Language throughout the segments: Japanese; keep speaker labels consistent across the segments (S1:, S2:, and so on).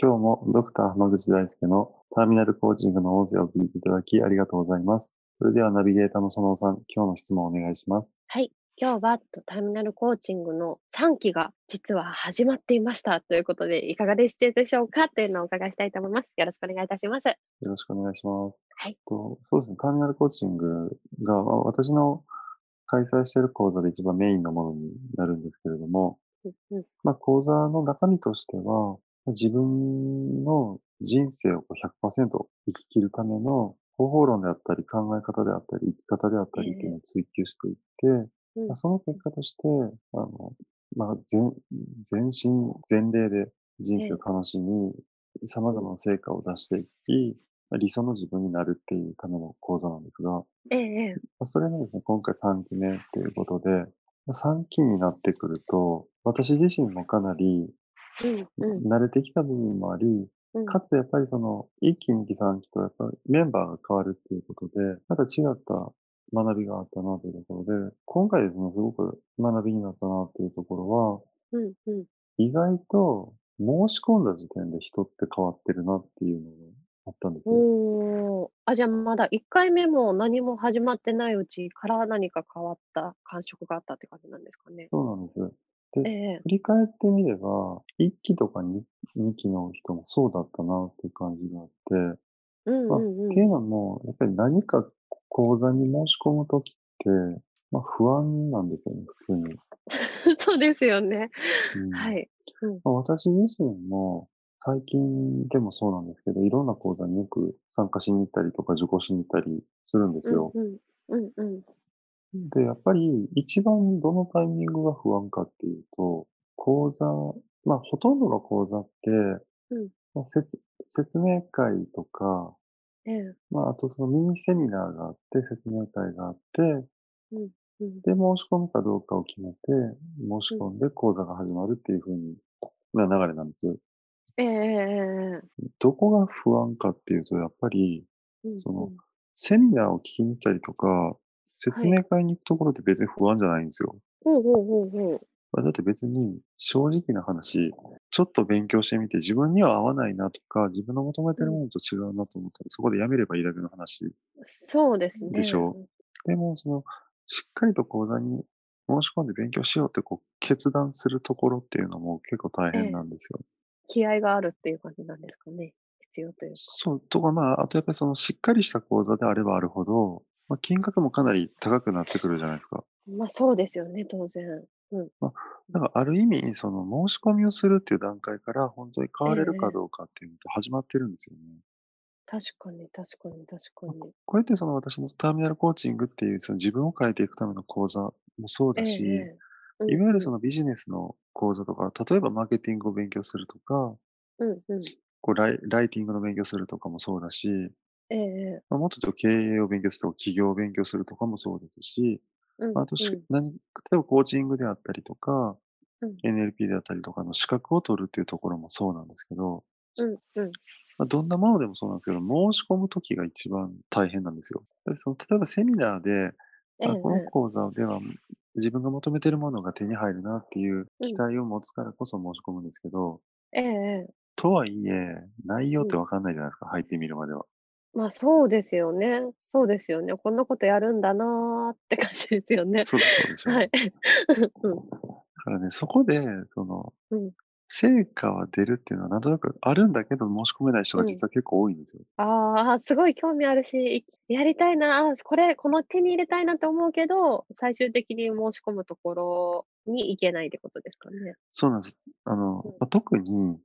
S1: 今日もドクター浜口大輔のターミナルコーチングの音声を聞いていただきありがとうございます。それではナビゲーターのそのおさん、今日の質問をお願いします。
S2: はい。今日はとターミナルコーチングの3期が実は始まっていましたということで、いかがでしたでしょうかというのをお伺いしたいと思います。よろしくお願いいたします。
S1: よろしくお願いします。
S2: はい
S1: と。そうですね、ターミナルコーチングがまあ私の開催している講座で一番メインのものになるんですけれども、
S2: うんうん
S1: まあ、講座の中身としては、自分の人生をこう100%生き切るための方法論であったり、考え方であったり、生き方であったりっていうのを追求していって、
S2: うん
S1: まあ、その結果として、あの、まあ、全、全身、全霊で人生を楽しみ、様々な成果を出していき、まあ理想の自分になるっていうための講座なんですが、ま
S2: ええ、
S1: あそれがですね、今回3期目ということで、まあ3期になってくると、私自身もかなり
S2: ええ、うん、うん
S1: 慣れてきた部分もあり、
S2: うん、
S1: かつやっぱりその、1期、2期、3期とやっぱりメンバーが変わるっていうことで、また違った学びがあったなというところで、今回ですね、すごく学びになったなっていうところは、
S2: うん、うん。
S1: 意外と申し込んだ時点で人って変わってるなっていうのがあったんですよ。
S2: おーあ、じゃあまだ1回目も何も始まってないうちから何か変わった感触があったって感じなんですかね。
S1: そうなんです。
S2: ええ、
S1: 振り返ってみれば、1期とか 2, 2期の人もそうだったなっていう感じがあって、
S2: うん、
S1: まあ
S2: うん、
S1: っ
S2: う
S1: ていう
S2: ん。
S1: のはもう、やっぱり何か講座に申し込むときって、まあ不安なんですよね、普通に。
S2: そうですよね。
S1: うん
S2: はい。
S1: まあ私自身も、最近でもそうなんですけど、いろんな講座によく参加しに行ったりとか受講しに行ったりするんです
S2: うん
S1: よ。、
S2: うん、うん、うん。
S1: で、やっぱり一番どのタイミングが不安かっていうと、講座、まあほとんどの講座って、
S2: うん
S1: まあ説説明会とか、
S2: ええ、
S1: まあ、あとそのミニセミナーがあって、説明会があって、
S2: うん、
S1: で、申し込むかどうかを決めて、申し込んで講座が始まるっていう風にな流れなんです。
S2: ええ、ええ、ええ
S1: どこが不安かっていうと、やっぱり、
S2: うん
S1: その
S2: うん
S1: セミナーを聞きに行ったりとか、説明会に行くところって別に不安じゃないんですよ。
S2: ほうほうほうほう。
S1: まあだって別に正直な話、ちょっと勉強してみて自分には合わないなとか、自分の求めてるものと違うなと思ったら、そこでやめればいいだけの話
S2: そうですね。
S1: でしょでも、その、しっかりと講座に申し込んで勉強しようって、こう、決断するところっていうのも結構大
S2: ええ
S1: 変なんですよ。
S2: 気合があるっていう感じなんですかね。必要というか。
S1: そう、とか、まあ、あとやっぱりその、しっかりした講座であればあるほど、まあ、金額もかなり高くなってくるじゃないですか。
S2: まあそうですよね、当然。
S1: だから、ある意味、その、申し込みをするっていう段階から、本当に買われる
S2: え
S1: か
S2: え
S1: どうかっていうのと始まってるんですよね。
S2: 確かに、確かに、確かに。
S1: これってその、私のターミナルコーチングっていう、その、自分を変えていくための講座もそうだし、いわゆるそ
S2: の、
S1: のビジネスの講座とか、例えばマーケティングを勉強するとか、
S2: うんうん、
S1: こうライライティングの勉強するとかもそうだし、
S2: ええ
S1: まあ、もっと言うと経営を勉強するとか、企業を勉強するとかもそうですし、
S2: うん
S1: まあ、あとし、
S2: うん
S1: 何、例えばコーチングであったりとか、
S2: うん
S1: NLP であったりとかの資格を取るっていうところもそうなんですけど、
S2: うんうん
S1: まあ、どんなものでもそうなんですけど、申し込むときが一番大変なんですよ。だってその例えばセミナーで、
S2: ええ
S1: あこの講座では自分が求めてるものが手に入るなっていう期待を持つからこそ申し込むんですけど、
S2: ええ
S1: とはいえ、内容ってわかんないじゃないですか、入ってみるまでは。
S2: まあそうですよね。そうですよね。こんなことやるんだなーって感じですよね。
S1: そうです、そうです。
S2: はい。うん
S1: だからね、そこで、その、
S2: うん
S1: 成果は出るっていうのは、なんとなくあるんだけど、申し込めない人が実は結構多いんですよ。
S2: ああ、すごい興味あるし、いやりたいな、あこれ、この手に入れたいなと思うけど、最終的に申し込むところに行けないってことですかね。
S1: そうなんです。あの、
S2: うん
S1: まあ特に、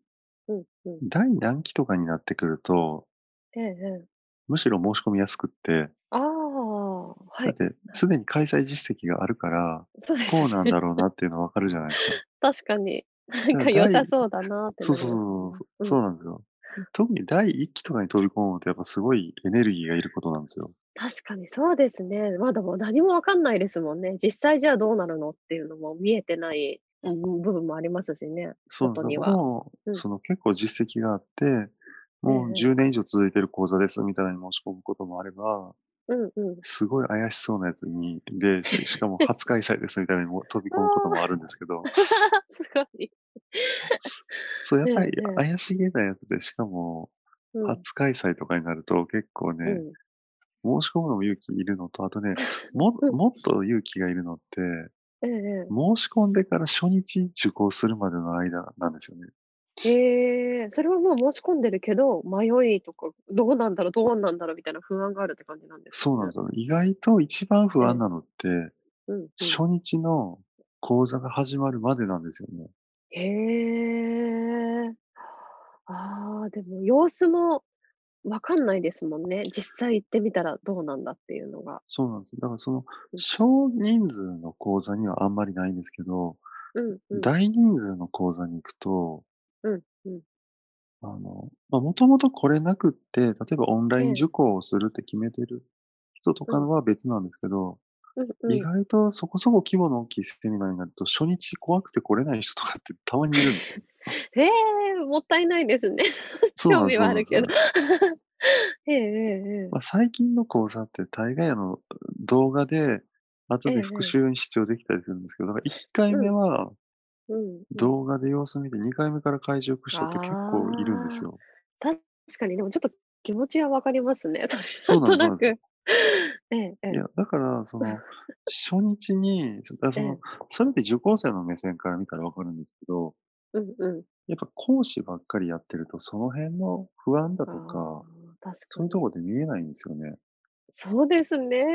S2: うんうん。
S1: 第何期とかになってくると、
S2: ええええ。
S1: むしろ申し込みやすくって、
S2: ああ、は
S1: だっ
S2: い。
S1: て、すでに開催実績があるから、
S2: そうです
S1: こうなん
S2: ね。
S1: だろうなっていうのわかるじゃないですか。
S2: 確かに。 なんか良さそうだなって
S1: そうそうそうそう、
S2: うん
S1: そうなんですよ。特に第一期とかに飛び込むのってやっぱすごいエネルギーがいることなんですよ。
S2: 確かにそうですね。まだもう何もわかんないですもんね。実際じゃあどうなるのっていうのも見えてないうん部分もありますしね。
S1: そうなんですよ
S2: 外には
S1: 僕も
S2: うん
S1: その結構実績があって、もう
S2: ええ
S1: 10年以上続いてる講座ですみたいなのに申し込むこともあれば、
S2: うんうん。
S1: すごい怪しそうなやつに、で、ししかも初開催ですみたいなのにも飛び込むこともあるんですけど、
S2: すごい。
S1: そう、やっぱり
S2: ええ
S1: 怪しげなやつで、しかも
S2: うん
S1: 初開催とかになると結構ね、
S2: うん
S1: 申し込むのも勇気いるのと、あとね、も
S2: うん
S1: もっと勇気がいるのって、
S2: え
S1: 申し込んでから初日受講するまでの間なんですよね。
S2: えええそれはもう申し込んでるけど、迷いとか、どうなんだろう、どうなんだろうみたいな不安があるって感じなんです
S1: そうなんですすよ。意外と一番不安なのって、
S2: うんうん、
S1: 初日の講座が始まるまでなんですよね。
S2: へえ。ああ、でも様子もわかんないですもんね。実際行ってみたらどうなんだっていうのが。
S1: そうなんですよ。だからその
S2: う、ん
S1: 少人数の講座にはあんまりないんですけど、
S2: うん、うん。
S1: 大人数の講座に行くと、
S2: うんうん
S1: あの、まあ、もともと来れなくって、例えばオンライ
S2: ええ
S1: ン受講をするって決めてる人とかは別なんですけど、
S2: うん
S1: 意外とそこそこ規模の大きいセミナーになると、初日怖くて来れない人とかってたまにいるんですよ。
S2: うん、へえ、もったいないですね。
S1: そうなんです
S2: 興味はあるけど。
S1: そうなんです
S2: へえ、へえ、
S1: まあ、最近の講座って大概あの動画で後
S2: ええ
S1: で復習に視聴できたりするんですけど、だから1回目は
S2: うんうん。
S1: 動画で様子見て、2回目から会場行く人って結構いるんですよ。
S2: 確かに、でもちょっと気持ちはわかりますね。
S1: そ
S2: それ
S1: うなんです
S2: なんとなく。 ええ、ええ
S1: いや、だから、その、初日に、そあそ
S2: ええ
S1: の、それって受講生の目線から見たらわかるんですけど、
S2: うんうん。
S1: やっぱ講師ばっかりやってると、その辺の不安だと
S2: あ
S1: か、
S2: あ、確
S1: そう
S2: か
S1: い
S2: に
S1: う。ところで見えないんですよね。
S2: そうですね。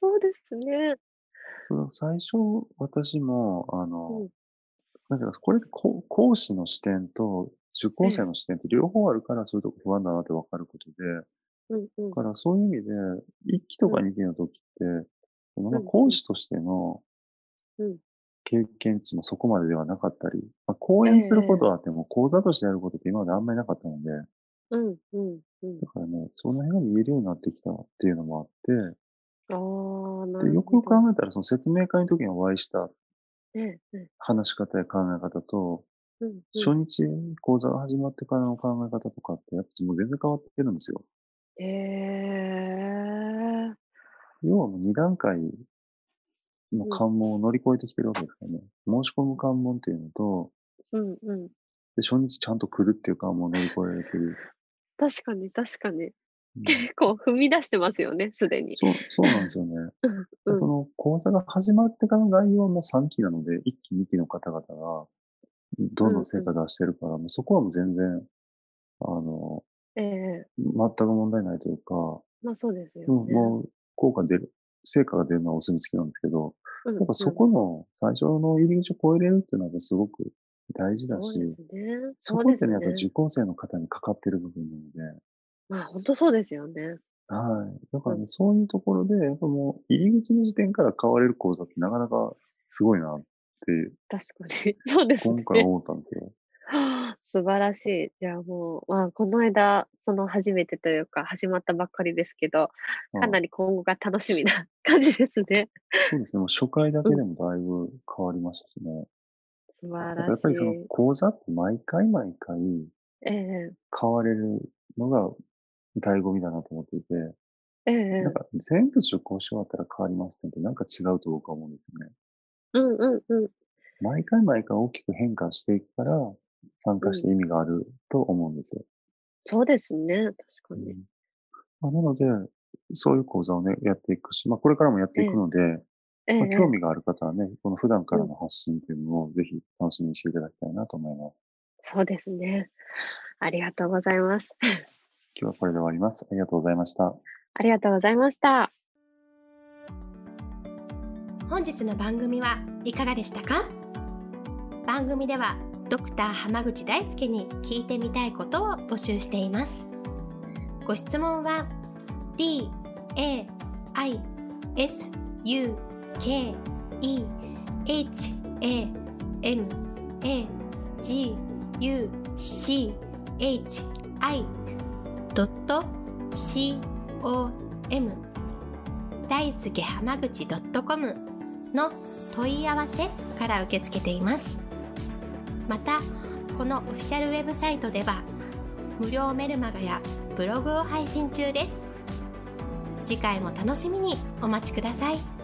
S2: そうですね。
S1: その最初、私も、あの、
S2: うん
S1: なんかこれってこ講師の視点と受講生の視点って両方あるから、そういうとこ不安だなってわかることで、
S2: うんうん
S1: だ。からそういう意味で、1期とか2期の時って、そのまあ
S2: うん
S1: 講師としての
S2: うん
S1: 経験値もそこまでではなかったり、まあ、講演することはあっても、講座としてやることって今まであんまりなかったので、
S2: うんうんうん。
S1: だからね、その辺が見えるようになってきたっていうのもあっ
S2: ああ、な
S1: て、で
S2: る
S1: よくよ
S2: ほ
S1: く
S2: ど。
S1: 考えたら、その説明会の時にお会いした
S2: ええ、ええ
S1: 話し方や考え方と、
S2: うんうん
S1: 初日講座が始まってからの考え方とかって、やっぱもう全然変わってるんですよ。
S2: へえ。
S1: 要はもう2段階の関門を乗り越えてきてるわけですからね。申し込む関門っていうのと、
S2: うんうん。
S1: で初日ちゃんと来るっていう関門を乗り越えてる。
S2: 確かに、確かに。
S1: うん
S2: 結構踏み出してますよね、すでに。
S1: そうそうなんですよね。
S2: う
S1: そ
S2: ん
S1: の講座が始まってからの内容はもう3期なので、1期、2期の方々がどんどん成果出してるから、もうそこはもう全然、あの、
S2: ええ。
S1: 全く問題ないというか、
S2: まあそうですよ
S1: うん
S2: ね。
S1: もう効果出る、成果が出るのはお墨付きなんですけど、
S2: うん
S1: やっぱそこの最初の入り口を超えれるっていうのはすごく大事
S2: う
S1: だ
S2: ん
S1: し
S2: そう、ですね。
S1: そ
S2: そ
S1: こ
S2: うで
S1: って
S2: す
S1: ね、や
S2: ね
S1: っぱ。受講生の方にかかってる部分なので、
S2: まあ本当そうですよね。
S1: はい。だから
S2: う
S1: ね、そういうところで、やっぱもう入り口の時点から変われる講座ってなかなかすごいなって、
S2: 確かに。 そうですね
S1: 今。回思ったんですよ。
S2: はあ素晴らしい。じゃあもう、まあ、この間、その初めてというか、始まったばっかりですけど、 かな
S1: り。
S2: り今後が楽しみな 感じですね。
S1: そうですね。もう初回だけでもだいぶ変わりましたしね。
S2: 素晴
S1: や
S2: ら
S1: っぱり
S2: し
S1: その
S2: い。
S1: 講座って毎回毎回
S2: ええ
S1: 変われるのが醍醐味だなと思っていて、
S2: ええ
S1: なんか全部受講し終わったら変わりますねって、なんか違うと僕は思うんですよね。
S2: うんうんうん。
S1: 毎回毎回大きく変化していくから、参加して意味があると思うんですよ。
S2: そうですね。確かに。
S1: まあ、なので、そういう講座をね、やっていくし、まあ、これからもやっていくので、
S2: ええ
S1: まあ、興味がある方はね、この普段からの発信っていうのをぜひ楽しみにしていただきたいなと思います。
S2: そうですね。ありがとうございます。
S1: 今日はこれで終わります。ありがとうございました。
S2: ありがとうございました。
S3: 本日の番組はいかがでしたか番組ではドクター濱口大輔に聞いてみたいことを募集していますご質問は d a i s u k e h a m a g u c h i c o m 大好き浜口 .com の問い合わせから受け付けていますまたこのオフィシャルウェブサイトでは無料メルマガやブログを配信中です次回も楽しみにお待ちください。